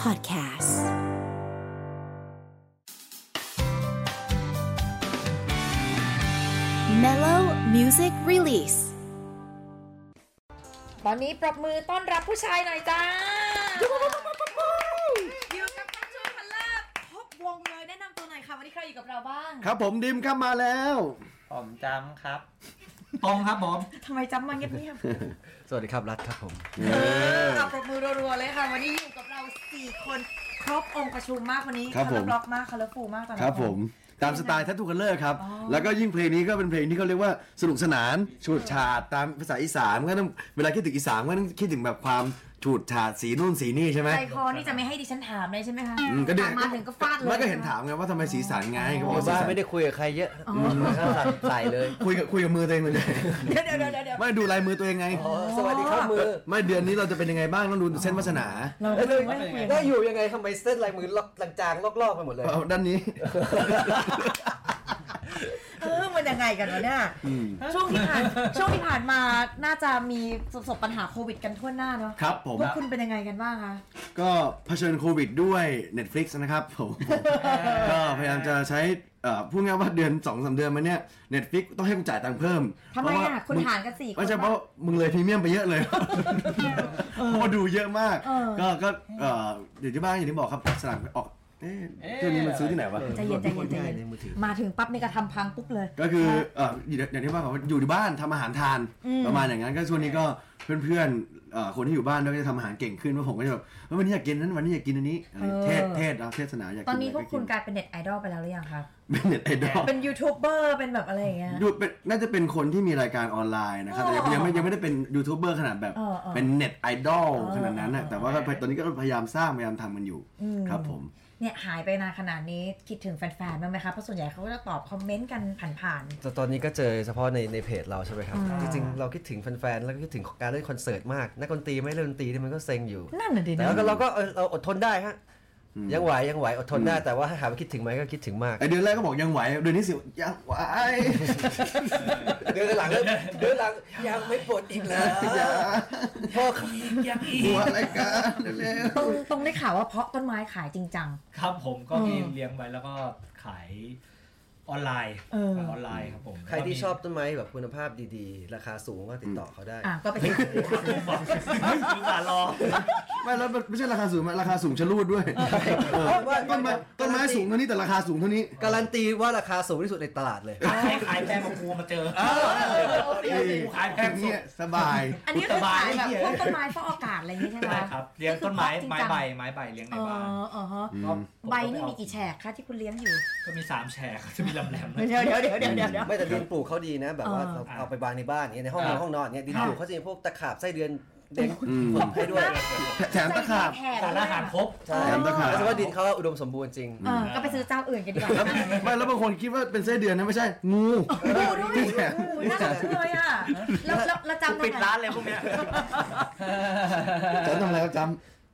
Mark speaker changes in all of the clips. Speaker 1: Podcast Mellow Music Release
Speaker 2: ตอนนี้ปรบมือต้อนรับผู้ชายหน่อยจ้า อยู่กับตั้งช่วยพันลาบพบวงเลยแนะนำตัวหน่อยค่ะ วันนี้ใครอยู่กับเราบ้าง
Speaker 3: ครับผมดิมครับมาแล้ว
Speaker 4: ผมจำครับ
Speaker 5: ตองครับผม
Speaker 2: ทำไมจำมาเงียบ
Speaker 4: สวัสดีครับรัฐครับผม
Speaker 2: ๆเออเอาปรบมือรัวๆเลยค่ะ วันนี้อยู่กับเราสี่คนครบองค์ประชุมมากวันนี้บล็อกมากคาร์ฟูมากตอนนี้
Speaker 3: ครับผมตามสไตล์ทัตทูคัลเลอร์ครับ แล้วก็ยิ่งเพลงนี้ก็เป็นเพลงที่เขาเรียกว่าสนุกสนานฉูดฉาดตามภาษาอีสานก็ต้องเวลาคิดถึงอีสานก็ต้องคิดถึงแบบความฉูดฉาดสีนู่นสีนี่ใช่ไหม
Speaker 2: ใจคอนี่จะไม่ให้ดิฉันถามเลยใช่ไหมคะ
Speaker 3: อืมก็เด็ก
Speaker 2: ถามมาถึงก็ฟาดเลย
Speaker 3: ไม่ก็เห็นถามไงว่าทำไมสีสันไงเขาบอกว่าสี
Speaker 4: ว่า
Speaker 3: สัน
Speaker 4: ไม่ได้คุยกับใครเยอะก็สั่นใส่เลย
Speaker 3: คุยกับคุยกับมือตัวเองเลย
Speaker 2: เดี๋ยวเดี๋ยวเดี๋ยวเดี๋ยว
Speaker 3: ไม่ดูลายมือตัวเองไง
Speaker 4: อ๋อสวัสดีครับมือ
Speaker 3: ไม่เดือนนี้เราจะเป็นยังไงบ้างต้องดูเส้นวาสนา
Speaker 2: เรา
Speaker 4: แล้ว
Speaker 2: ไม่ได้คุยกัน
Speaker 4: แล้วอยู่ยังไงทำไมเส้นลายมือลอกจางๆลอกๆไปหมดเลย
Speaker 3: เอาด้านนี้
Speaker 2: เออมันยังไงกันวะเนี่ยช่วงที่ผ่านช่วงที่ผ่านมาน่าจะมีประสบปัญหาโควิดกันทั่วหน้าเนาะ
Speaker 3: ครับผม
Speaker 2: พวกคุณเป็นยังไงกันบ้างคะ
Speaker 3: ก็เผชิญโควิดด้วย Netflix นะครับผม ก็พยายามจะใช้เอ่อพูดง่ายว่าเดือน2อสเดือนมาเนี้ย Netflix ต้องให้กูจ่ายตังค์เพิ่ม
Speaker 2: ทำไม
Speaker 3: เพรว่
Speaker 2: อ่ะคุณ
Speaker 3: มึง
Speaker 2: หารกันสี่คน
Speaker 3: ไม่ใช่เพราะมึงเลยพรีเมียมไปเยอะเลย เพราะว่าดูเยอะมาก
Speaker 2: เออ
Speaker 3: ก็ก็เอ่ออยู่ที่บ้านอย่างที่บอกครับสลากออกเอ๊ะเรื่องนี้มันซื้อที่ไหนวะ
Speaker 2: ใจเย็นใจเย็นใจเย็นมาถึงปั๊บนี่ก็ทำพังปุ๊บเลย
Speaker 3: ก็คือเอ่ออยู่อย่างที่ว่าเขาอยู่ที่บ้านทำอาหารทานประมาณอย่างนั้นก็ช่วงนี้ก็เพื่อนๆเอ่อคนที่อยู่บ้านก็จะทำอาหารเก่งขึ้นว่าผมก็จะแบบเฮ้ยวันนี้อยากกินนั้นวันนี้อยากกินอันนี้อะไร
Speaker 2: เออ
Speaker 3: เทศเทศเอาเทศนาอยากกิ
Speaker 2: ตอนนี้
Speaker 3: นะ
Speaker 2: พ
Speaker 3: ไร
Speaker 2: วกคุณ
Speaker 3: น
Speaker 2: กลายเป็นเน็ตไอดอลไปแล้วหรือยังครับ
Speaker 3: เป็นเน็ตไอดอล
Speaker 2: เป็นยูทูบเบอร์เป็นแบบอะไรอย่างเงี้ย
Speaker 3: ดูเป็นน่าจะเป็นคนที่มีรายการออนไลน์นะครับแต่ยัง
Speaker 2: อ๋อ
Speaker 3: ยังไม่ยังไม่ได้เป็นยูทูบเบอร์ขนาดแบบ
Speaker 2: เออเออ
Speaker 3: เป็นเน็ตไอดอล
Speaker 2: เออ
Speaker 3: ขนาดนั้นนะแต่ว่าก็ตอนนี้ก็พยายามสร้างพยายามทำกันอยู่ครับผม
Speaker 2: เนี่ยหายไปนานขนาดนี้คิดถึงแฟนๆบ้างไหมคะเพราะส่วนใหญ่เขาก็จะตอบคอมเมนต์กันผ่าน
Speaker 4: แต่ตอนนี้ก็เจอเฉพาะในในเพจเราใช่ไหมครับ จริงๆ เราคิดถึงแฟนๆ แล้วก็คิดถึงการเล่นคอนเสิร์ตมาก นักดนตรีไม่เล่นดนตรีนี่มันก็เซ็งอยู่
Speaker 2: ๆนั่นน่ะดิ
Speaker 4: แต่
Speaker 2: นะ
Speaker 4: ว่าก็เราก็เออเราอดทนได้ฮะ ยังไหวยังไหวอดทนได้ แต่ว่าถ้าถามว่าคิดถึงไหมก็คิดถึงมาก
Speaker 3: ไอเดือนแรกก็บอกยังไหวเดือนนี้สิยัง ไหว
Speaker 4: เดือนหลังเริ่มเดือนหลังยังไม่ปลดอีก เหรอพ่อครับยังอีก
Speaker 3: หัวรายการเร็ว
Speaker 2: ตรงตรงได้ข่าวว่าเพาะต้นไม้ขายจริงจัง
Speaker 5: ครับผมก็มี
Speaker 2: เออ
Speaker 5: เลี้ยงไว้แล้วก็ขายออนไลน์
Speaker 2: เออ
Speaker 5: ขายออนไลน์ครับผม
Speaker 4: ใครที่ชอบต้นไม้แบบคุณภาพดีๆ ราคาสูงก็ติดต่อเขาได้
Speaker 2: อ่ะก็ไปซื้อ
Speaker 5: ลูกหลานรอ
Speaker 3: ๆไม่แล้วมันไม่ใช่ราคาสูงมั้ยราคาสูงชะลูดด้วยเออ
Speaker 4: ว่า
Speaker 3: ต้นไม้ต้นไม้สูงเท่านี้แต่ราคาสูงเท่านี้
Speaker 4: การันตีว่าราคาสูงที่สุดในตลาดเลย
Speaker 5: ใครขายแพงมากูมาเจอกูขายแพ
Speaker 3: แค่
Speaker 5: งสุ
Speaker 3: เนี้ย
Speaker 5: ด
Speaker 3: สบาย
Speaker 2: อันนี้คือขายแบบพวก
Speaker 5: สบาย
Speaker 2: ต้นไม้ฟอกอากาศอะไรอย่างงี้ใช่ไหม
Speaker 5: ใช่ครับเลี้ยงต้นไม้ไม้ใบไม้ใบเลี้ยงใน
Speaker 2: อ๋อ
Speaker 5: บ้าน
Speaker 2: อ๋อฮะ
Speaker 5: ก็
Speaker 2: ใบนี่มีกี่แฉกคะที่คุณเลี้ยงอยู่
Speaker 5: ก็มีสามแฉกจะมีลำแหลม
Speaker 2: เดี๋ยวเดี๋ยวเดี๋ยวเดี๋ยวเดี๋ยวเดี๋ยว
Speaker 4: ไม่แต่ดินปลูกเขาดีนะ แบบว่า
Speaker 2: เออ
Speaker 4: เราเอาไปวางในบ้านอย่างเงี้ยในห้องนอน
Speaker 5: อ่า
Speaker 4: ห้องนอนอย่างเงี้ยดินปลูกเขาจะมีพวกตะขาบไส้เดือนเด็กปลูกให้ด้วย
Speaker 3: แถมตะขาบ
Speaker 2: แถม
Speaker 5: สารอาหารครบ
Speaker 4: ใช่
Speaker 3: แถมตะขาบ
Speaker 4: แสดงว่าดินเขาอุดมสมบูรณ์จริง
Speaker 2: เออก็ไปซื้อเจ้าอื่นกันดีกว่า
Speaker 3: ไม่แล้วบางคนคิดว่าเป็นไส้เดือนนะไม่ใช่งู
Speaker 2: ดูด้วยโอ้โหน่าสนใจอ่ะแล้วแล้วแล้วจำ
Speaker 5: ปิดร้าน
Speaker 2: เลย
Speaker 5: เลยพวกเนี้ย
Speaker 3: จำทำอะไรครับจ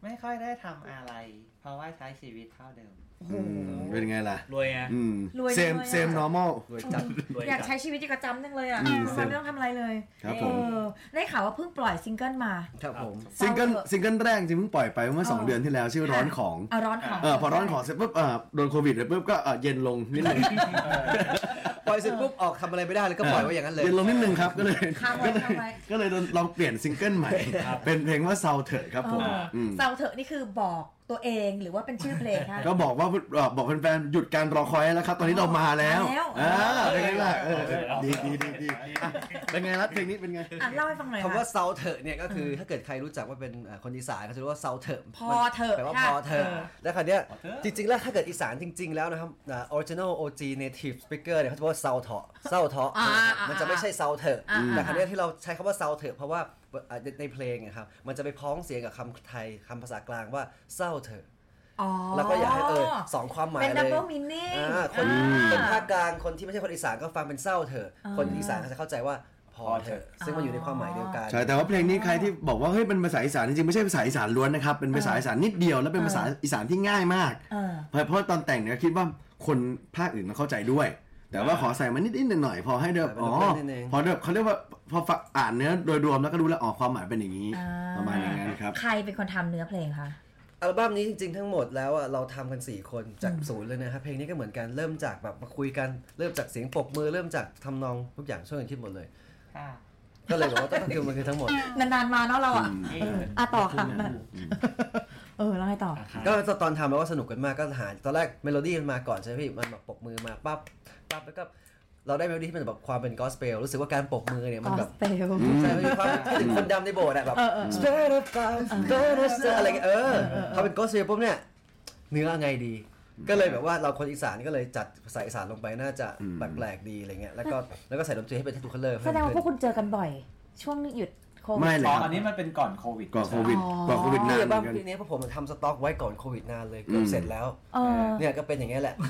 Speaker 6: ไม่ค่อยได้ทำอะไร เพราะว่าใช้ชีวิตเท่าเดิม
Speaker 3: ำอืมเป็นไงล่ะ
Speaker 5: รวยไง
Speaker 3: อืม
Speaker 2: รวย
Speaker 3: เซม
Speaker 2: ลยอะ
Speaker 3: เซม normal
Speaker 4: รวยจัด
Speaker 5: รวย
Speaker 2: อยาก
Speaker 5: จัด
Speaker 2: ใช้ชีวิตอยู่กับจำจังเลยอ่ะ
Speaker 3: อืม
Speaker 2: ทำไมไม่ต้องทำอะไรเลย
Speaker 3: ครับ
Speaker 2: เอ
Speaker 3: ผม
Speaker 2: อได้ข่าวว่าเพิ่งปล่อยซิงเกิลมา
Speaker 4: ครับผม
Speaker 3: ซิงเกิลซิงเกิลแรกจริงเพิ่งปล่อยไปเมื่อ
Speaker 2: เออ
Speaker 3: 2 เดือนที่แล้วชื่อร้อนของ
Speaker 2: เอาร้อนของ
Speaker 3: เออพอร้อนของเสร็จปุ๊บเออโดนโควิดเลยปุ๊บก็เออเย็นลงนิดนึง
Speaker 4: ปล่อยเสร็จปุ๊บออกทำอะไรไม่ได้เลยก็ปล่อยไว้อย่างนั้นเลย
Speaker 3: เย็นลงนิดนึงครับก็เลย
Speaker 2: ค้างไว้
Speaker 3: ก็เลย
Speaker 2: ค้างไว้
Speaker 3: ก็เลยลองเปลี่ยนซิงเกิลใหม่ เป็นเพลงว่าเซาเถิดครับผม
Speaker 2: เอออ
Speaker 3: ม
Speaker 2: เซาเถอะนี่คือบอกตัวเองหรือว่าเป็นชื่อเพลงคะ
Speaker 3: ก็บอกว่าเอ่อบอกแฟนๆหยุดการรอคอยแล้วครับ ตอนนี้เรามาแล้ว
Speaker 2: มาแล้ว
Speaker 3: อ่าเป็นไงล่ะเออเออดีดีดีดีอ่ะเป็นไงล่ะเพลงนี้เป็นไง
Speaker 2: อ่ะเล่าให้ฟังหน่อย
Speaker 4: คำว่า
Speaker 2: ะ
Speaker 4: เซาเถอะเนี่ยก็คือถ้าเกิดใครรู้จักว่าเป็นเอ่อคนอีสานก็จะรู้ว่าเซาเถอะ
Speaker 2: พอเถอะ
Speaker 4: แปลว่า
Speaker 2: ค่ะ
Speaker 4: พอเถอะ
Speaker 2: เออ
Speaker 4: แล้วคราวเนี้ยจริงๆแล้วถ้าเกิดอีสานจริง ๆ แล้วนะครับอ่า original OG native speaker เนี่ยเขาจะบอกว่าเซาเถาะเซาเถาะ
Speaker 2: อ่าอ่าอ่ามั
Speaker 4: มันจะไม่ใช่เซาเถอะ
Speaker 2: อ่าอ่า
Speaker 4: แต่คราวเนี้ยที่เราใช้คำว่าเซาเถอะเพราะว่าเอ่อในในเพลงนะครับมันจะไปพ้องเสียงกับคำไทยคำภาษากลางว่าเศร้าเถอะ
Speaker 2: อ๋อ
Speaker 4: แล้วก็อยากให้เออสองความหมาย
Speaker 2: เป็น
Speaker 4: เล
Speaker 2: ดับ
Speaker 4: ย
Speaker 2: เบิลมินนิ่ง
Speaker 4: อ่าคนคนภาคกลางคนที่ไม่ใช่คนอีสานก็ฟังเป็นเศร้าเถอะคนอีสานเขาจะเข้าใจว่าพอเถอะซึ่งมันอยู่ในความหมายเดียวกัน
Speaker 3: ใช่ แต่ว่าเพลงนี้ใครที่บอกว่าเฮ้ยเป็นภาษาอีสานจริงๆไม่ใช่ภาษาอีสานล้วนนะครับ เป็นภาษาอีสานนิดเดียวแล้วเป็นภาษาอีสานที่ง่ายมาก
Speaker 2: เออ
Speaker 3: เพราะเพราะตอนแต่งเนี่ยคิดว่าคนภาคอื่นมาเข้าใจด้วย แต่ว่าขอใส่มานิดๆหน่อยๆพอให้เดบ
Speaker 4: ใส่ไป
Speaker 3: อ๋อ
Speaker 4: นิดๆหน่อยๆ
Speaker 3: พอเดบเขาเรียกว่าพอฟังอ่านเนื้อโดยรวมแล้วก็รู้แล้วอ๋อความหมายเป็นอย่างนี้
Speaker 2: อ่า
Speaker 3: ประมาณอย่างนั้นครับ
Speaker 2: ใครเป็นคนทำเนื้อเพลงคะ
Speaker 4: อัลบั้มนี้จริงๆทั้งหมดแล้วอ่ะเราทำกัน 4 คนจากศูนย์เลยนะครับเพลงนี้ก็เหมือนกันเริ่มจากแบบมาคุยกันเริ่มจากเสียงปรบมือเริ่มจากทำนองทุกอย่างช่วยกันคิดหมดเลย
Speaker 6: ค่ะ
Speaker 4: ก็เลยบอกว่าต้องคิวมันคือทั้งหมด
Speaker 2: นานๆมาเนาะเราอ่ะ
Speaker 6: เอ
Speaker 2: เอ
Speaker 6: อ
Speaker 2: ออ่ะต่อค่ะ
Speaker 5: ณณ
Speaker 2: เออแล้วไงต่อ
Speaker 4: ก็ตอนทำแล้วก็สนุกกันมากก็หาตอนแรกเมโลดี้มันมาก่อนใช่ไหมพี่มันแบบปรบมือมาปั๊บปั๊บแล้วก็เราได้เมโลดี้ที่มันแบบความเป็นกอสเปลรู้สึกว่าการปรบมือเนี่ยมันแบบ
Speaker 2: Gospel
Speaker 4: ใช่มันมีความถึงคนดำในโบสถ์อะแบบ
Speaker 2: เออเออ
Speaker 4: Spirit of God Spirit of God อะไรเงี้ยเออพอเป็นกอสเปลปุ๊บเนี่ยเนื้อไงดี ก็เลยแบบว่าเราคนอีสานก็เลยจัดภาษาอีสานลงไปน่าจะแปลกๆดีอะไรเงี้ยแล้วก็แล้วก็ใส่ดนตรีให้เป็นทัตูคัลเลอร์
Speaker 2: แสดงว่าพวกคุณเจอกันบ่อย ช่วงหยุดโควิด
Speaker 3: ไม่เลย
Speaker 5: อ๋อ
Speaker 3: ค
Speaker 5: อั
Speaker 3: รับ
Speaker 5: นนี้มันเป็นก่อนโควิด
Speaker 3: ก่อนโควิด
Speaker 2: อ๋อ
Speaker 3: ก่อนโควิดนาน
Speaker 4: อัล
Speaker 3: เหมื
Speaker 4: บั้
Speaker 3: อ
Speaker 4: ม
Speaker 3: นกัน
Speaker 4: ปีนี้พวกผมทำสต็อกไว้ก่อนโควิดนานเลยเกือ
Speaker 3: อื
Speaker 4: บ
Speaker 3: ม
Speaker 4: เสร็จแล้ว
Speaker 2: เออ
Speaker 4: เนี่ยก็เป็นอย่างเงี้ยแหละ
Speaker 5: เ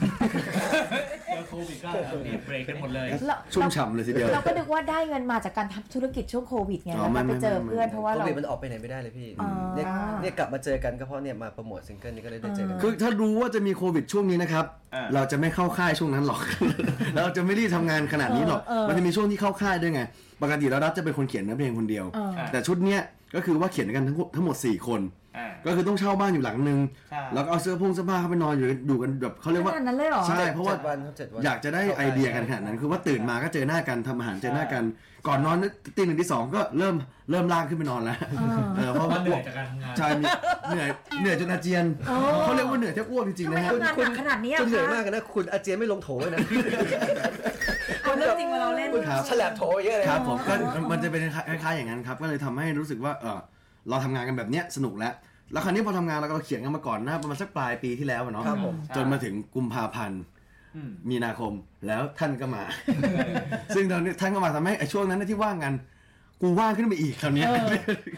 Speaker 5: จอโควิดก็เอาเนี่ยเบรกกันหมดเลย
Speaker 2: เรา
Speaker 3: ชุ่มฉ่ำเลยทีเดียว
Speaker 2: เราก็นึกว่าได้เงินมาจากการทำธุรกิจช่วงโควิดไง
Speaker 3: อ๋
Speaker 2: แล้ว
Speaker 3: อไม่
Speaker 2: มาไป
Speaker 3: ไม่
Speaker 2: เจอ
Speaker 3: ไม่
Speaker 2: เพื่อนเพราะว่า
Speaker 4: โค
Speaker 2: เรา
Speaker 4: วิดมันออกไปไหนไม่ได้เลยพี่
Speaker 2: อ๋อ
Speaker 4: เนี่ยเนี่ยกลับมาเจอกันก็เพราะเนี่ยมาโปรโมทซิงเกิลนี้ก็เลยได้เจอกัน
Speaker 3: คือถ้ารู้ว่าจะมีโควิดช่วงนี้นะครับ
Speaker 5: อ่า
Speaker 3: เราจะไม่เข้าค่ายช่วงนั้นหรอก เราจะไม่รีบทำงานขนาดนี้หรอก
Speaker 2: เออเออ
Speaker 3: มันจะมีช่วงที่เข้าค่ายด้วยไง ปกติแล้วรัฐจะเป็นคนเขียนเนื้อเพลงคนเดียว
Speaker 2: เออ
Speaker 3: แต่ชุดเนี้ยก็คือว่าเขียนกันทั้งหมดทั้งหมด 4 คน
Speaker 5: อ่า
Speaker 3: ก็คือต้องเช่าบ้านอยู่หลังนึง
Speaker 6: ใช่
Speaker 3: แล้วก็เอาเสื้อผงเสื้อผ้าเข้าไปนอนอยู่กันอยู่กันแบบเขาเรียกว่า
Speaker 2: ขนาดนั้นเลยเหรอ
Speaker 3: ใช่ เพราะว่า
Speaker 4: เจ็ดวันครับเจ็ดวัน
Speaker 3: อยากจะได้ไอเดียกันขนาดนั้น คือว่าตื่นมาก็เจอหน้ากันทำอาหารเจอหน้ากัน ก่อนนอนตีหนึ่งตีสองก็เริ่มเริ่มลากขึ้นไปนอนแล้วเออเพราะ
Speaker 5: มั
Speaker 3: ว่าน
Speaker 5: เหนื่อยจากการทำงาน
Speaker 3: ใช่มีเหนื่อยเหนื่อยจนอาเจียนเขาเรียกว่าเหนื่อยแทบอ้วกจริง
Speaker 2: ทำ
Speaker 3: ๆ
Speaker 2: ไม
Speaker 3: นะฮะ
Speaker 2: ทำงานหนักขนาดนี้อะ
Speaker 4: คุณเหนื่อยมา
Speaker 2: คะ
Speaker 4: กนะคุณอาเจียนไม่ลงโถเลยนะ
Speaker 2: เอาเรื่องจริงมาเราเล่น
Speaker 3: คุณครับ
Speaker 4: ฉลบโถเยอะเลย
Speaker 3: ครับผมก็มันจะเป็นคล้ายๆอย่างนั้นครับก็เลยทำให้รู้สึกว่าเออเราทำงานกันแบบเนี้ยสนุกแล้ว แล้วคราวนี้พอทำงานเราก็เขียนกันมาก่อนหน้าประมาณสักปลายปีที่แล้วอะเนาะ
Speaker 4: ครับผม
Speaker 3: จนมาถึงกุมภาพันธ์
Speaker 5: อืม
Speaker 3: มีนาคมแล้วท่านก็มา ซึ่งตอนนี้ท่านก็มาทำให้ไอ้ช่วงนั้นนะที่ว่างกัน กูว่างขึ้นไปอีกคราวเนี้ย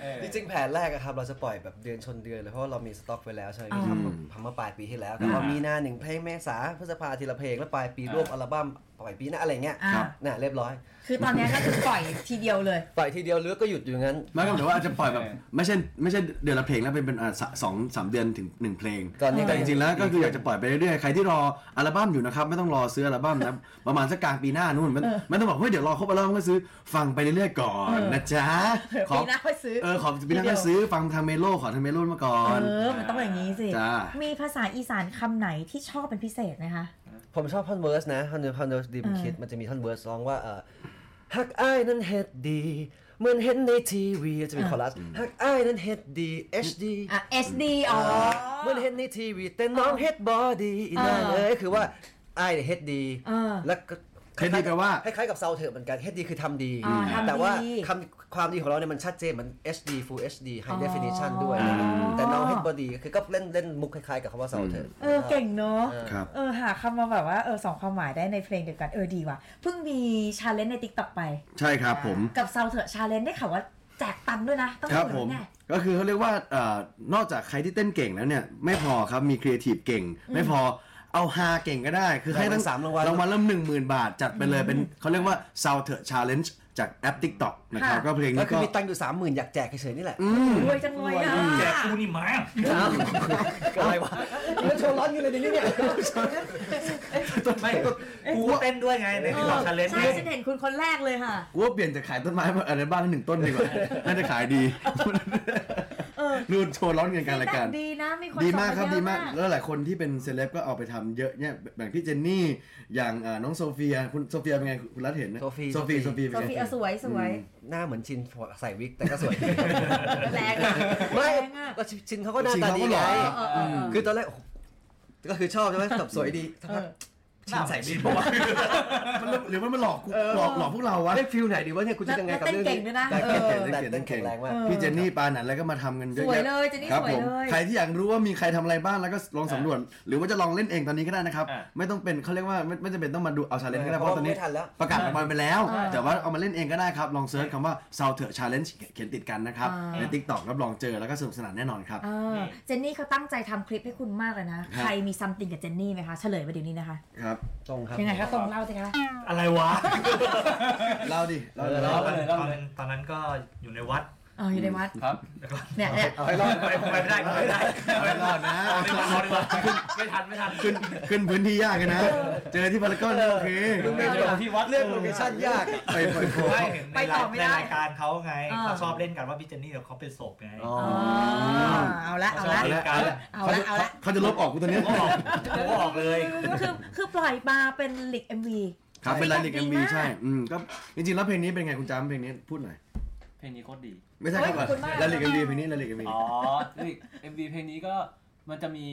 Speaker 5: เออ
Speaker 4: จริงๆแผนแรกอะครับเราจะปล่อยแบบเดือนชนเดือนเลยเพราะว่าเรามีสต็อกไว้แล้วใช่ไหม
Speaker 2: อื
Speaker 4: พี่
Speaker 2: ม
Speaker 4: ทำทำมาปลายปีที่แล้วก็พอ
Speaker 5: อ่ามี
Speaker 4: มีนาหนึ่งเพลงเมษาพฤษภาทีละเพลงแล้วปลายปีรวบอัลบั้มปล่อยปีหน้าอะไรเงี้ย
Speaker 2: อ่ะ
Speaker 3: ครับ
Speaker 4: น่ะเรียบร้อย
Speaker 2: คือตอนเนี้ยก็คือปล่อยทีเดียวเลย
Speaker 4: ปล่อยทีเดียวเลือกก็หยุดอยู่อย่างนั้น
Speaker 3: ไม่ก็หมายถึงว่าอาจจะปล่อยแบบไม่ใช่ไม่ใช่เดือนละเพลงแล้วเป็นเป็นอ่ะสะสองสามเดือนถึงหนึ่งเพลง
Speaker 4: ตอนนี้
Speaker 3: แต่จริงๆแล้วก็คืออยากจะปล่อยไปเรื่อยๆใครที่รออัลบั้มอยู่นะครับไม่ต้องรอซื้ออัลบั้มนะ ประมาณสักกลางปีหน้านู่นไม่ไม่ต้องบอกเฮ้ยเดี๋ยวรอครบอัลบั้มก็ซื้อฟังไปเรื่อยๆก่อนนะจ๊ะขอ
Speaker 2: ปีหน้าค่อยซื้อ
Speaker 3: เออขอปีหน้าก็ซื้อฟังทางเมโลขอทางเมโลมาก่อน
Speaker 2: เออ มันต้องอย่างนี้สิ
Speaker 3: จ้า
Speaker 2: มีภาษาอีสานคำไหนที่ชอบเป็นพิเศษนะคะ
Speaker 4: ผมชอบท่อนเวิร์สนะท่อนท่อนเวิร์สดีมคิดมันจะมีท่อนเวิร์สร้องว่าเออฮักอ้ายนั้นเฮ็ดดีเหมือนเห็นในทีวีจะมีคอรัสฮักอ้ายนั้นเฮ็ดดี HD
Speaker 2: อ่ะ SD อ๋อ
Speaker 4: เหมือนเห็นในทีวีแต่น้องเฮ็ดบอดีอีนั่น
Speaker 2: เออ
Speaker 4: เอ้ยคือว่าอ้ายเนี่ยเฮ็ดดี
Speaker 2: เออ
Speaker 4: แล้วก็
Speaker 3: เฮ็ดดีแปลว่า
Speaker 4: คล้ายๆกับเซาเถอะเหมือนกันเฮ็ดดีคือทำดี
Speaker 2: อ่าทำ
Speaker 4: แต่ว่า
Speaker 2: ดี
Speaker 4: คำความดีของเราเนี่ยมันชัดเจนเหมือน HD Full HD
Speaker 2: อ๋
Speaker 4: High
Speaker 2: อ
Speaker 4: Definition ด้วยอะไรเงี้ยแต่น้องเฮ็ดบอดีคือก็เล่นเล่นมุกคล้ายๆกับคำว่าเซาเถอะ
Speaker 2: เออ เก่งเนาะ
Speaker 3: ครับ
Speaker 2: เออ หาคำมาแบบว่า เออสองความหมายได้ในเพลงเดียวกัน เออ ดีว่ะ เพิ่งมีชาเลนจ์ในติ๊กต็อกไป
Speaker 3: ใช่ครับผม
Speaker 2: กับซาวเถอะชาเลนจ์ได้ข่าวว่าแจกตังค์ด้วยนะ ต้อง
Speaker 3: ครับ
Speaker 2: ห
Speaker 3: ผ
Speaker 2: มื่
Speaker 3: ม
Speaker 2: นแน่
Speaker 3: ก็คือเขาเรียกว่าเอ่อนอกจากใครที่เต้นเก่งแล้วเนี่ยไม่พอครับมีครีเอทีฟเก่ง ไม่พอเอาฮาเก่งก็ได้ คือให้ทั้ง
Speaker 4: สามรางวัล
Speaker 3: รางวัลละหนึ่งหมื่นบาท จัดไปเลยเป็นเขาเรียกว่า s o u t h e Challenge จากแอป TikTok นะครับ
Speaker 2: ค่ะ
Speaker 3: ก็เพลง
Speaker 4: ก็
Speaker 3: นี้
Speaker 4: คือ
Speaker 3: ก็
Speaker 4: มีตังค์อยู่สามหมื่นอยากแจกเฉยๆนี่แหละ
Speaker 2: รวยจังเลยอ่ะ
Speaker 5: แจกกูนี่มา
Speaker 4: อะไรวะเรื่องโชว์ร้อนอยู่เลยในนี้เนี่ย
Speaker 5: ไม่ก็กูเต้นด้วยไงในตอนชาเลนจ์
Speaker 2: ใช่ฉันเห็นคุณคนแรกเลยค่ะ
Speaker 3: กูว่าเปลี่ยนจากขายต้นไม้มาอะไรบ้านหนึ่งต้นดีกว่า น่าจะขายดี
Speaker 2: เออ
Speaker 3: นู่นโชว์ร้อนเงินกันรายการ
Speaker 2: feedback ดีนะมีคน
Speaker 3: ดีมากครับ
Speaker 2: ส่ง
Speaker 3: ดี
Speaker 2: เยอะ
Speaker 3: มากแล้วหลายคนที่เป็นเซเลบก็เอาไปทำเยอะเนี่ยอย่างพี่เจนนี่อย่างเอ่อน้องโซเฟียคุณโซเฟียเป็นไงคุณรัฐเห็นนะ
Speaker 4: โซฟี
Speaker 3: โซฟีโซฟีเป็น
Speaker 2: โซ
Speaker 3: ไง
Speaker 2: ฟีเอาสวยสวย
Speaker 4: หน้าเหมือนชินใส่วิกแต่ก็สวย
Speaker 2: แรงอ่ะ
Speaker 4: ไม่
Speaker 2: แรงอ่ะ
Speaker 4: ก็ชินเขาก็หน้าตาดีไง
Speaker 2: เออเออเออ
Speaker 4: คือตอนแรกโอ้โหก็คือชอบใช่ไหมแบบสวยดีสักพักชินใส่วิกปะวะ
Speaker 3: มันหรือมันมาหลอกกูหลอกหลอกพวกเราวะ
Speaker 4: เล่นฟิลไหนดีวะเนี่ยคุณจะยังไงกับเรื่อง
Speaker 2: แล้วเต้นเก่งด้วยนะ
Speaker 4: แต่เต้นเก่ง
Speaker 3: เออ
Speaker 4: แต่เต้นเก่งแรงมาก
Speaker 3: พี่เจนนี่ปาหนันแล้วก็มาทำกันเยอะ
Speaker 2: สวย
Speaker 3: แยะ
Speaker 2: เลยเจนนี่
Speaker 3: ครับ
Speaker 2: สวย
Speaker 3: ผม
Speaker 2: เลย
Speaker 3: ใครที่อยากรู้ว่ามีใครทำอะไรบ้างแล้วก็ลองสำรวจหรือว่าจะลองเล่นเองตอนนี้ก็ได้นะครับ
Speaker 5: อ่ะ
Speaker 3: ไม่ต้องเป็นเขาเรียกว่าไม่ไม่จำเป็นต้องมาดูเอาชาเลนจ์ก็ได้
Speaker 4: เออ
Speaker 3: เพราะตอนนี้
Speaker 4: เพราะว่าไม่ทันแล้ว
Speaker 3: ประกาศรางวัลไปแล้ว แต่ว่าเอามาเล่นเองก็ได้ครับลองเซิร์ชคำว่า s o u t h e Challenge เขียนติดกันนะครับใน TikTok รับรองเจอแล้วก็สนุกสนานแน่นอนครับ
Speaker 2: เออเจนนี่เขาตั้งใจทำคลิปให้คุณมากเลยนะ
Speaker 3: ครับ
Speaker 2: ใครมีซัมติงกับเจนนี่ไหมคะ เฉลยมาเดี๋ยวนี้นะคะ
Speaker 3: ครับ
Speaker 4: ตรงครับ
Speaker 2: ยังไงคะตรงเล่าสิคะ
Speaker 5: อะไรวะ
Speaker 3: เล่าดิ
Speaker 4: เออ
Speaker 3: ดิ
Speaker 4: เล่า
Speaker 5: ไปเลย
Speaker 7: ต
Speaker 5: เล่า
Speaker 7: อน
Speaker 5: เลย
Speaker 7: ตอนนั้นก็อยู่ในวัด
Speaker 2: อ๋ออยู่ในวัด
Speaker 5: ครับ
Speaker 2: เนี่ยเนี่ย
Speaker 5: เอาให้รอดไปผมไปไม่ได้ผมไปไม่ได้เอาให้ร
Speaker 3: ร
Speaker 5: อด
Speaker 3: อดนะ
Speaker 5: เอาดีกว่าเอาดีกว่าไม่ทันไม่ทัน
Speaker 3: ขึ้นขึ้นพื้นที่ยากเลยนะ เจอที่พารากอนก็โอเค
Speaker 5: มึงไปเจอที่วัด
Speaker 4: เลือกโลเคชั่นยากอะ
Speaker 3: ไปไปโผล่
Speaker 5: ไม่เห็นในรายในรายการเขาไงเขาชอบเล่นกันว่าพี่เจนนี่กับเขาเป็นศพไง
Speaker 3: อ๋อ
Speaker 2: อ๋อเอาละเอาละ
Speaker 5: เอาละ
Speaker 2: เอาละเอาละ
Speaker 3: เขาจะลบออกกูตอน
Speaker 5: ผ
Speaker 3: เนี้ย
Speaker 5: มก็ออกผมก็ออกเลย
Speaker 2: คือคือปล่อยมาเป็นลิกเอ็มวี
Speaker 3: ครับเป็นไลน์เด็กเอ็มบี
Speaker 2: ดีมาก
Speaker 3: ใช่อืมก็จริงๆแล้วเพลงนี้เป็นไงคุณจ้ำเพลงนี้พูดหน่อย
Speaker 7: เพลงนี้โคตรดี
Speaker 3: ไม่ใช่ครับ
Speaker 2: เฮ้ยขอบคุณมาก
Speaker 3: ไลน์เด็กเอ็มบีเพลงนี้ไลน์เด็กเอ็มบี
Speaker 7: อ๋อนี่ MV เพลงนี้ก็มันจะมี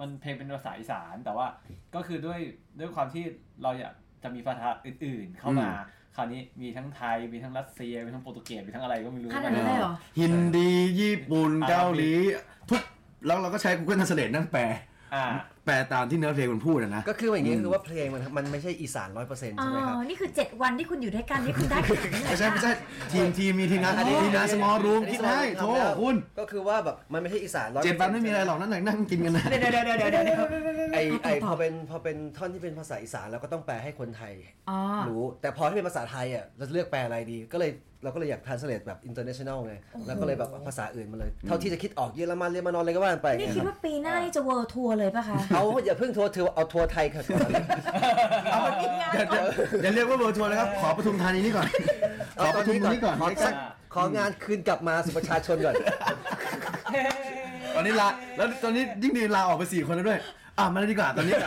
Speaker 7: มันเพลงเป็นภาษาอีสานแต่ว่าก็คือด้วยด้วยความที่เราอยากจะมีภาษาอื่นๆ เข้ามา
Speaker 3: อืม
Speaker 7: คราวนี้มีทั้งไทย มีทั้งรัสเซีย มีทั้งโปรตุเกส มีทั้งอะไรก็ไม่รู้
Speaker 2: ขนาดนั้นเลยเหรอ
Speaker 3: ฮินดีญี่ปุ่น
Speaker 7: อ่า
Speaker 3: เกาหลีทุกแล้วเราก็ใช้ Google Translate นั่งแปล
Speaker 7: อ่า
Speaker 3: แปลตามที่เนื้อเพลงมันพูดอะนะ
Speaker 4: ก็คืออย่างนี้คือว่าเพลงมันมันไม่ใช่อีสานร้อยเปอร์เซ็นต์
Speaker 2: อ๋
Speaker 4: ใช่ไหมครับ
Speaker 2: อ นี่คือ 7 วันที่คุณอยู่ด้วยกันที่คุณได้ขนาดนี้เลย
Speaker 3: ไม่ใช่ไม่ใช่ทีมทีมมีทีมงาน
Speaker 4: อันนี้
Speaker 3: ทีมงานสมอลรูม
Speaker 4: อันนี้
Speaker 3: คิดให้
Speaker 4: สมอล
Speaker 3: โถ
Speaker 4: รูมทำแล้ว
Speaker 3: คุณ
Speaker 4: ก็คือว่าแบบมันไม่ใช่อีสานร้อย
Speaker 3: เจ็ดวันไม่มีอะไรหรอกนั่งนั่งกินกันนะ
Speaker 5: เดี๋ยวเดี๋ยวเดี๋ยวเดี๋ยวเดี๋ยว
Speaker 4: ไอไอพอเป็นพอเป็นท่อนที่เป็นภาษาอีสานเราก็ต้องแปลให้คนไทย
Speaker 2: อ๋อ
Speaker 4: รู้ แต่พอที่เป็นภาษาไทยอ่ะเราจะเลือกแปลอะไรดี ก็เลยเราก็เลยอยาก translate แบบ international ไงแล้วก็เลยแบบภาษาอื่นมาเลย เท่าที่จะคิดออกเยอรมันเรียนมานอนอะไรก็ว่าไป
Speaker 2: นี่
Speaker 4: ไง
Speaker 2: คิดว่าปีหน้านี่จะเวิร์ทัวร์เลยป่ะคะ
Speaker 4: เอาอย่าเพิ่งทัวร์เธอเอาทัวร์ไทยค่ะก่อน
Speaker 2: เอาแบบนี้ไง
Speaker 3: อย่าอย่าอย่าเรียกว่าเบอร์ทัวร์นะครับ ขอปทุมธานีนี่ก่อน ข
Speaker 4: เอา
Speaker 3: อ
Speaker 4: ต
Speaker 3: ป
Speaker 4: อน
Speaker 3: ทุม
Speaker 4: นี้
Speaker 3: นี้ก่อน
Speaker 4: ขอสักของานคืนกลับมาสู่ประชาชนก่อน
Speaker 3: ตอนนี้ลาแล้วตอนนี้ยิ่งดีลาออกไปสี่คนแล้วด้วย อ่ะมาเลยดีกว่าตอนนี้
Speaker 2: อ่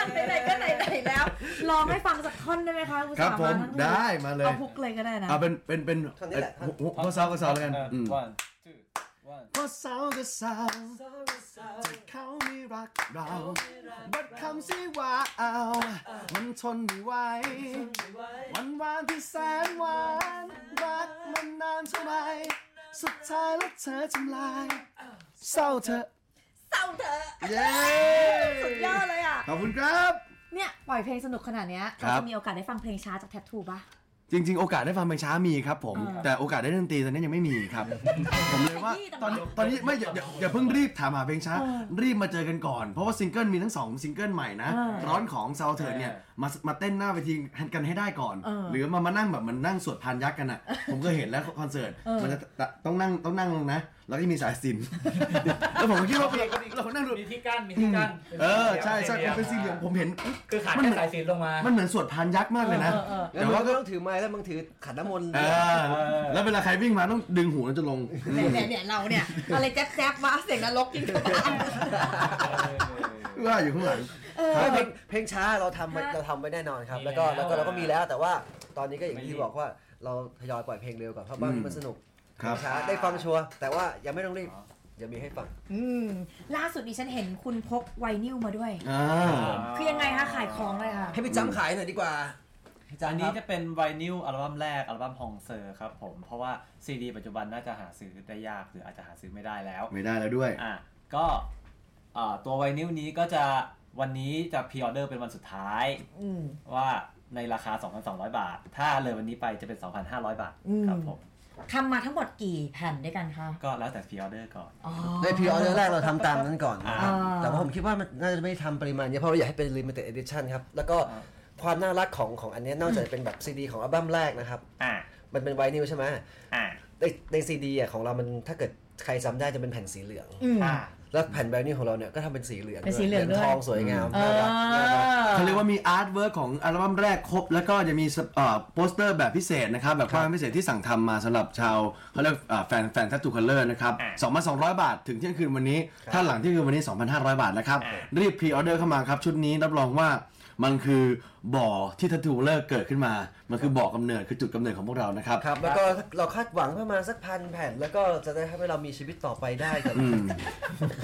Speaker 2: านไปไหนก็ไหนๆแล้ว ลองให้ฟังสักท่อนได้ไหมคะณ
Speaker 3: ครับ
Speaker 2: ส
Speaker 3: ผม
Speaker 2: ทั้งคู่
Speaker 3: ได้มาเลย
Speaker 2: เอาพุกเลยก็ได้นะ
Speaker 3: เอาเป็นเป็นเป็น
Speaker 4: ท่อนนี้แหละ
Speaker 3: ข้อเสาข้อเสาแล้วกัน
Speaker 7: เอออ
Speaker 3: ม
Speaker 7: one two one
Speaker 3: ก็สาวก็สาวแต่เขาไม่รักเรา บัดคำสิว่าเอา มันทนไม่ไหว วันวานที่แสนหวาน รักมันนานเท่าไหรสุดท้ายแล้วเธอทำลาย เศร้าเธอ
Speaker 2: เศร้าเถอะ
Speaker 3: เย้
Speaker 2: สุดยอดเลยอ่ะ
Speaker 3: ขอบคุณครับ
Speaker 2: เนี่ยปล่อยเพลงสนุกขนาดเนี้ย
Speaker 3: ครั
Speaker 2: เรา
Speaker 3: บ
Speaker 2: จะมีโอกาสได้ฟังเพลงช้าจากแท็บทูป่ะ
Speaker 3: จริง ๆ โอกาสได้ฟังเพลงช้ามีครับผม
Speaker 2: อ่า
Speaker 3: แต่โอกาสได้ดนตรีตอนนี้ยังไม่มีครับ ผมเลยว่า
Speaker 2: ขยี้จัง
Speaker 3: ตอน
Speaker 2: วะ
Speaker 3: นี้ตอนนี้ไม่อย่าอย่าอย่าเพิ่งรีบถามหาเพลงช้า
Speaker 2: เออ
Speaker 3: รีบมาเจอกันก่อน เพราะว่าซิงเกิลมีทั้งสองซิงเกิลใหม่นะ
Speaker 2: เออ
Speaker 3: ร้อนของเซาเถิดเนี่ยมามาเต้นหน้าเวทีกันให้ได้ก่อน
Speaker 2: เออ
Speaker 3: หรือมามานั่งแบบมันนั่งสวดพานยักษ์กันอ่ะ ผมก็เห็นแล้วคอนเสิร์ต
Speaker 2: เออ
Speaker 3: มันจะตต้องนั่งต้องนั่งลงนะ แล้วก็มีสาย สิน แล้วผมก็คิดว่าเรานั่งดู
Speaker 5: มีที่กั้นมีที่กั้น
Speaker 3: เออใช่ใช่ผมเป็นสีเหลืองผมเห็นอุ๊ย
Speaker 5: คือขาดแค่สายสินลงมา
Speaker 3: มันเหมือนสวดพานยักษ์มากเลยนะ
Speaker 2: เออเออเออ
Speaker 4: แล้วมึงก็ต้องถือไม้แล้วมึงถือขันน้ำมนต์
Speaker 3: เออแล้วเวลาใครวิ่งมาต้องดึงหูแล้วจะลง
Speaker 2: เนี่ยเนี่ยเราเนี่ยอะไรแจ๊บๆมาเสียงนรกกินเข้าไป
Speaker 3: ว่าอยู่ข้างหลัง
Speaker 4: ไม่เพลงเพลงช้าเราทำไว้
Speaker 2: ฮะ
Speaker 4: เราทำไว้แน่นอนครับ
Speaker 5: มี
Speaker 4: แล้วก็
Speaker 5: แล้
Speaker 4: แล้ว
Speaker 5: ว
Speaker 4: ก็เราก็
Speaker 5: อ่ะ
Speaker 4: มีแล้วแต่ว่าตอนนี้ก็อย่าง
Speaker 7: ไม่รี
Speaker 4: ที่
Speaker 7: บ
Speaker 4: บอกว่าเราทยอยปล่อยเพลงเร็วก่อนเพราะว่า
Speaker 3: อืม
Speaker 4: มันสนุก
Speaker 3: ครับ
Speaker 4: เพลงช้าได้ฟังชัวร์แต่ว่ายังไม่ต้องรีบยังมีให้ฟัง
Speaker 2: อืมล่าสุดดิฉันเห็นคุณพกไวนิลมาด้วย
Speaker 3: อ่า
Speaker 2: คือยังไงคะ ขายของเลยค่ะ
Speaker 4: ให้พี่จ้ำขายหน่อยดีกว่าพี่
Speaker 7: อัน
Speaker 4: จ้ำค
Speaker 7: นี้
Speaker 4: รับ
Speaker 7: จะเป็นไวนิลอัลบั้มแรกอัลบั้มฮองเซอร์ครับผม เพราะว่าซีดีปัจจุบันน่าจะหาซื้อได้ยากหรืออาจจะหาซื้อไม่ได้แล้ว
Speaker 3: ไม่ได้แล้วด้วย
Speaker 7: อ่ะก็อ่าตัวไวนิลนี้ก็จะวันนี้จะพรีออเดอร์เป็นวันสุดท้าย
Speaker 2: อืม
Speaker 7: ว่าในราคา 2,200 บาท ถ้าเลยวันนี้ไปจะเป็น 2,500 บาท
Speaker 2: อืม
Speaker 7: ครับผม
Speaker 2: ทำมาทั้งหมดกี่แผ่นด้วยกันคะ
Speaker 7: ก็แล้วแต่พรีออเดอร์ก่อน
Speaker 2: อ๋อ
Speaker 4: ในพรีออเดอร์แรกเราทำตามนั้นก่อน
Speaker 7: อ่า
Speaker 4: แต่ว่าผมคิดว่ามันน่าจะไม่ทำปริมาณเยอะเพราะเราอยากให้เป็น limited edition ครับ แล้วก็ความน่ารักของของอันเนี้ยนอกจากจะเป็นแบบซีดีของอัลบั้มแรกนะครับ
Speaker 7: อ่ะ
Speaker 4: มันเป็นไวนิลใช่ไหม
Speaker 7: อ่ะ
Speaker 4: ในในซีดีอ่ะของเรามันถ้าเกิดใครจำได้จะเป็นแผ่นสีเหลือง
Speaker 2: อืม
Speaker 7: อ่ะ
Speaker 4: แล้วแผ่นแบลนี่ของเราเนี่ยก็ทำเป็นสีเหลือง
Speaker 2: เป็นสีเหลือง
Speaker 4: ทองสวยงาม
Speaker 2: เอ
Speaker 4: น่า
Speaker 2: อ
Speaker 4: รักน่ารัก
Speaker 3: เขาเรียกว่ามีอาร์ตเวิร์ของอัลบั้มแรกครบ แล้วก็จะมีสเอ่อโปสเตอร์แบบพิเศษนะครับ แบบความพิเศษที่สั่งทำมาสำหรับชาวเขาเรียกเอ่อแฟนแฟนทัตตูคัลเลอร์นะครับ 2,200 บาทถึงเที่ยงคืนวันนี้ ถ้าหลังเที่ยงคืนวันนี้ 2,500 บาทนะครับ รีบพรีออเดอร์เข้ามาครับ ชุดนี้รับรองว่ามันคือบ่อที่ทัตตูคัลเลอร์เกิดขึ้นมา มันคือบ่อกำเนิดคือจุดกำเนิดของพวกเรานะครับ
Speaker 4: ครับแล้วก็เราคาดหวังประมาณสักพันแผ่น แล้วก็จะได้ให้เรามีชีวิตต่อไปได้กับ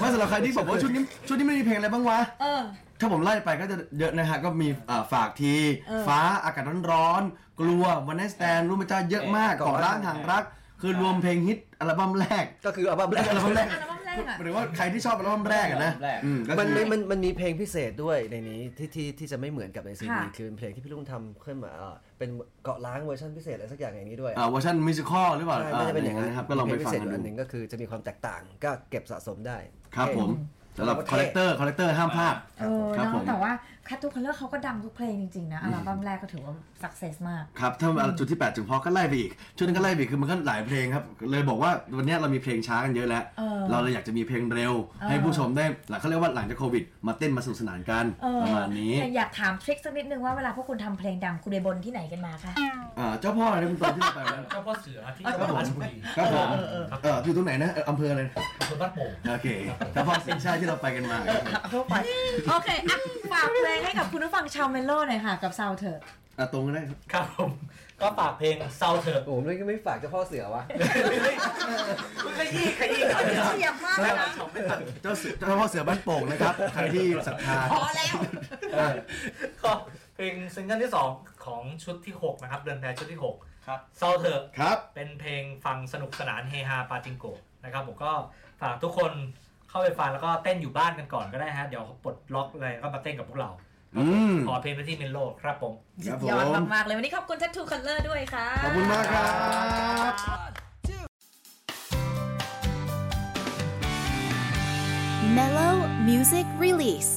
Speaker 3: ว่าสำหรับใครที่บอกว่าชุดนี้ชุดนี้ไม่มีเพลงอะไรบ้างวะ
Speaker 2: เออ
Speaker 3: ถ้าผมไล่ไปก็จะเยอะนะฮะ ก็มีอ่าฝากที
Speaker 2: เออ
Speaker 3: ฟ้าอากาศร้อนๆกลัววันนี้สแตนรู้มาจ้าเยอะมากของร้านห่างรัก คือรวมเพลงฮิตอัลบั้มแรก
Speaker 4: ก็คืออัลบั้มแรก
Speaker 3: อัลบั้มแรก
Speaker 2: อัลบั้มแรกอ่ะ
Speaker 3: หมายถึงว่าใครที่ชอบอัลบั้มแรกอะนะ
Speaker 7: อัลบั้มแรก
Speaker 3: อืมก็
Speaker 4: มัน
Speaker 3: คือ
Speaker 4: มันมันมันมีเพลงพิเศษด้วยในนี้ที่ที่ที่จะไม่เหมือนกับในซีดี
Speaker 2: ค่ะ
Speaker 4: คือเป็นเพลงที่พี่ลุงทำขึ้นมาเอ่อเป็นเกาะล้างเวอร์ชันพิเศษอะไรสักอย่างอย่างนี้ด้วย
Speaker 3: อ่าเวอร์ชันมิวสิคอลหรือเปล่า
Speaker 4: ใช่น่าจะเป็นอย่างนั้น
Speaker 3: นะครับ ก็ลองไป
Speaker 4: มี
Speaker 3: ฟัง
Speaker 4: เพลพิเศษ
Speaker 3: กัน
Speaker 4: อั
Speaker 3: ดู
Speaker 4: นหนึ่งก็คือจะมีความแตกต่างก็เก็บสะสมได้
Speaker 3: ครับผม สำหรับคอลเลกเตอร์คอลเลกเตอร์ห้ามพลาด
Speaker 2: เออ
Speaker 3: ครับ
Speaker 2: เนาะ
Speaker 3: ผม
Speaker 2: แต่ว่าคัตตูคัลเลอร์เขาก็ดังทุกเพลงจริง ๆ นะอัลบั้มแรกก็ถือว่าสักเซสมาก
Speaker 3: ครับถ้าเอาจุดที่ 8 ถึงพอก็ไล่ไปอีกชุดนั้นก็ไล่ไปอีกคือมันก็หลายเพลงครับ เลยบอกว่าวันเนี้ยเรามีเพลงช้ากันเยอะแล้ว
Speaker 2: เออ
Speaker 3: เราเลยอยากจะมีเพลงเร็ว
Speaker 2: เออ
Speaker 3: ให้ผู้ชมได้หลังเขาเรียกว่าหลังจากโควิด มาเต้นมาสนุกสนานกัน
Speaker 2: เออ
Speaker 3: ประมาณนี้
Speaker 2: แต่อยากถามทริคสักนิดนึงว่าเวลาพวกคุณทำเพลงดังคุณไปบนที่ไหนกันมาคะ
Speaker 3: อ่าเจ้าพ่ออะไรเป็นตอนที่เราไปวันนั้น
Speaker 5: เจ้าพ่อเสือที่จังหวัดราชบุรี
Speaker 3: ครับผมเอออยู่ตรงไหนนะเอ่ออำเภออะไรนะ
Speaker 5: อำเภอบ้านโป่ง
Speaker 3: โอเคเจ้าพ่อสิงห์ชาติที่เราไป กันมาครับผม
Speaker 2: ทั่วไปโอเคอ่ะฝากเพลงให้กับคุณผู้ฟังชาวเมโล่หน่อยค่ะ กับซาวเถอะ
Speaker 3: อ่ะตรงกันได้ครับ
Speaker 5: ครับผม ก็ฝากเพลงเศร้าเถอะ
Speaker 4: โอ้โหไม่ไม่ฝากเจ้าพ่อเสือวะ
Speaker 8: ขยี้ขยี้ขยี้
Speaker 2: เสียบมากนะ
Speaker 3: เจ้าเสือเจ้าพ่อเสือบ้านโป่งนะครับใครที่ศรัทธา
Speaker 2: พอแล้ว
Speaker 5: ก็เพลงซิงเกิลที่สองของชุดที่หกนะครับเดือนแพรชุดที่หก
Speaker 7: ครับ
Speaker 5: เศร้าเถอะ
Speaker 3: ครับ
Speaker 5: เป็นเพลงฟังสนุกสนานเฮฮาปาจิงโกะนะครับผมก็ฝากทุกคนเข้าไปฟังแล้วก็เต้นอยู่บ้านกันก่อนก็ได้ฮะ เดี๋ยวปลดล็อกอะไรก็มาเต้นกับพวกเรา
Speaker 3: อืม
Speaker 5: ขอเพลงไปที่เมนโลครับผม
Speaker 3: ครับผ
Speaker 2: ยอด
Speaker 3: ม
Speaker 2: มากๆเลย วันนี้ขอบคุณทั t ทูคัลเลอร์ด้วยค่ะ
Speaker 3: ขอบคุณมากครับ
Speaker 1: Mellow Music Release.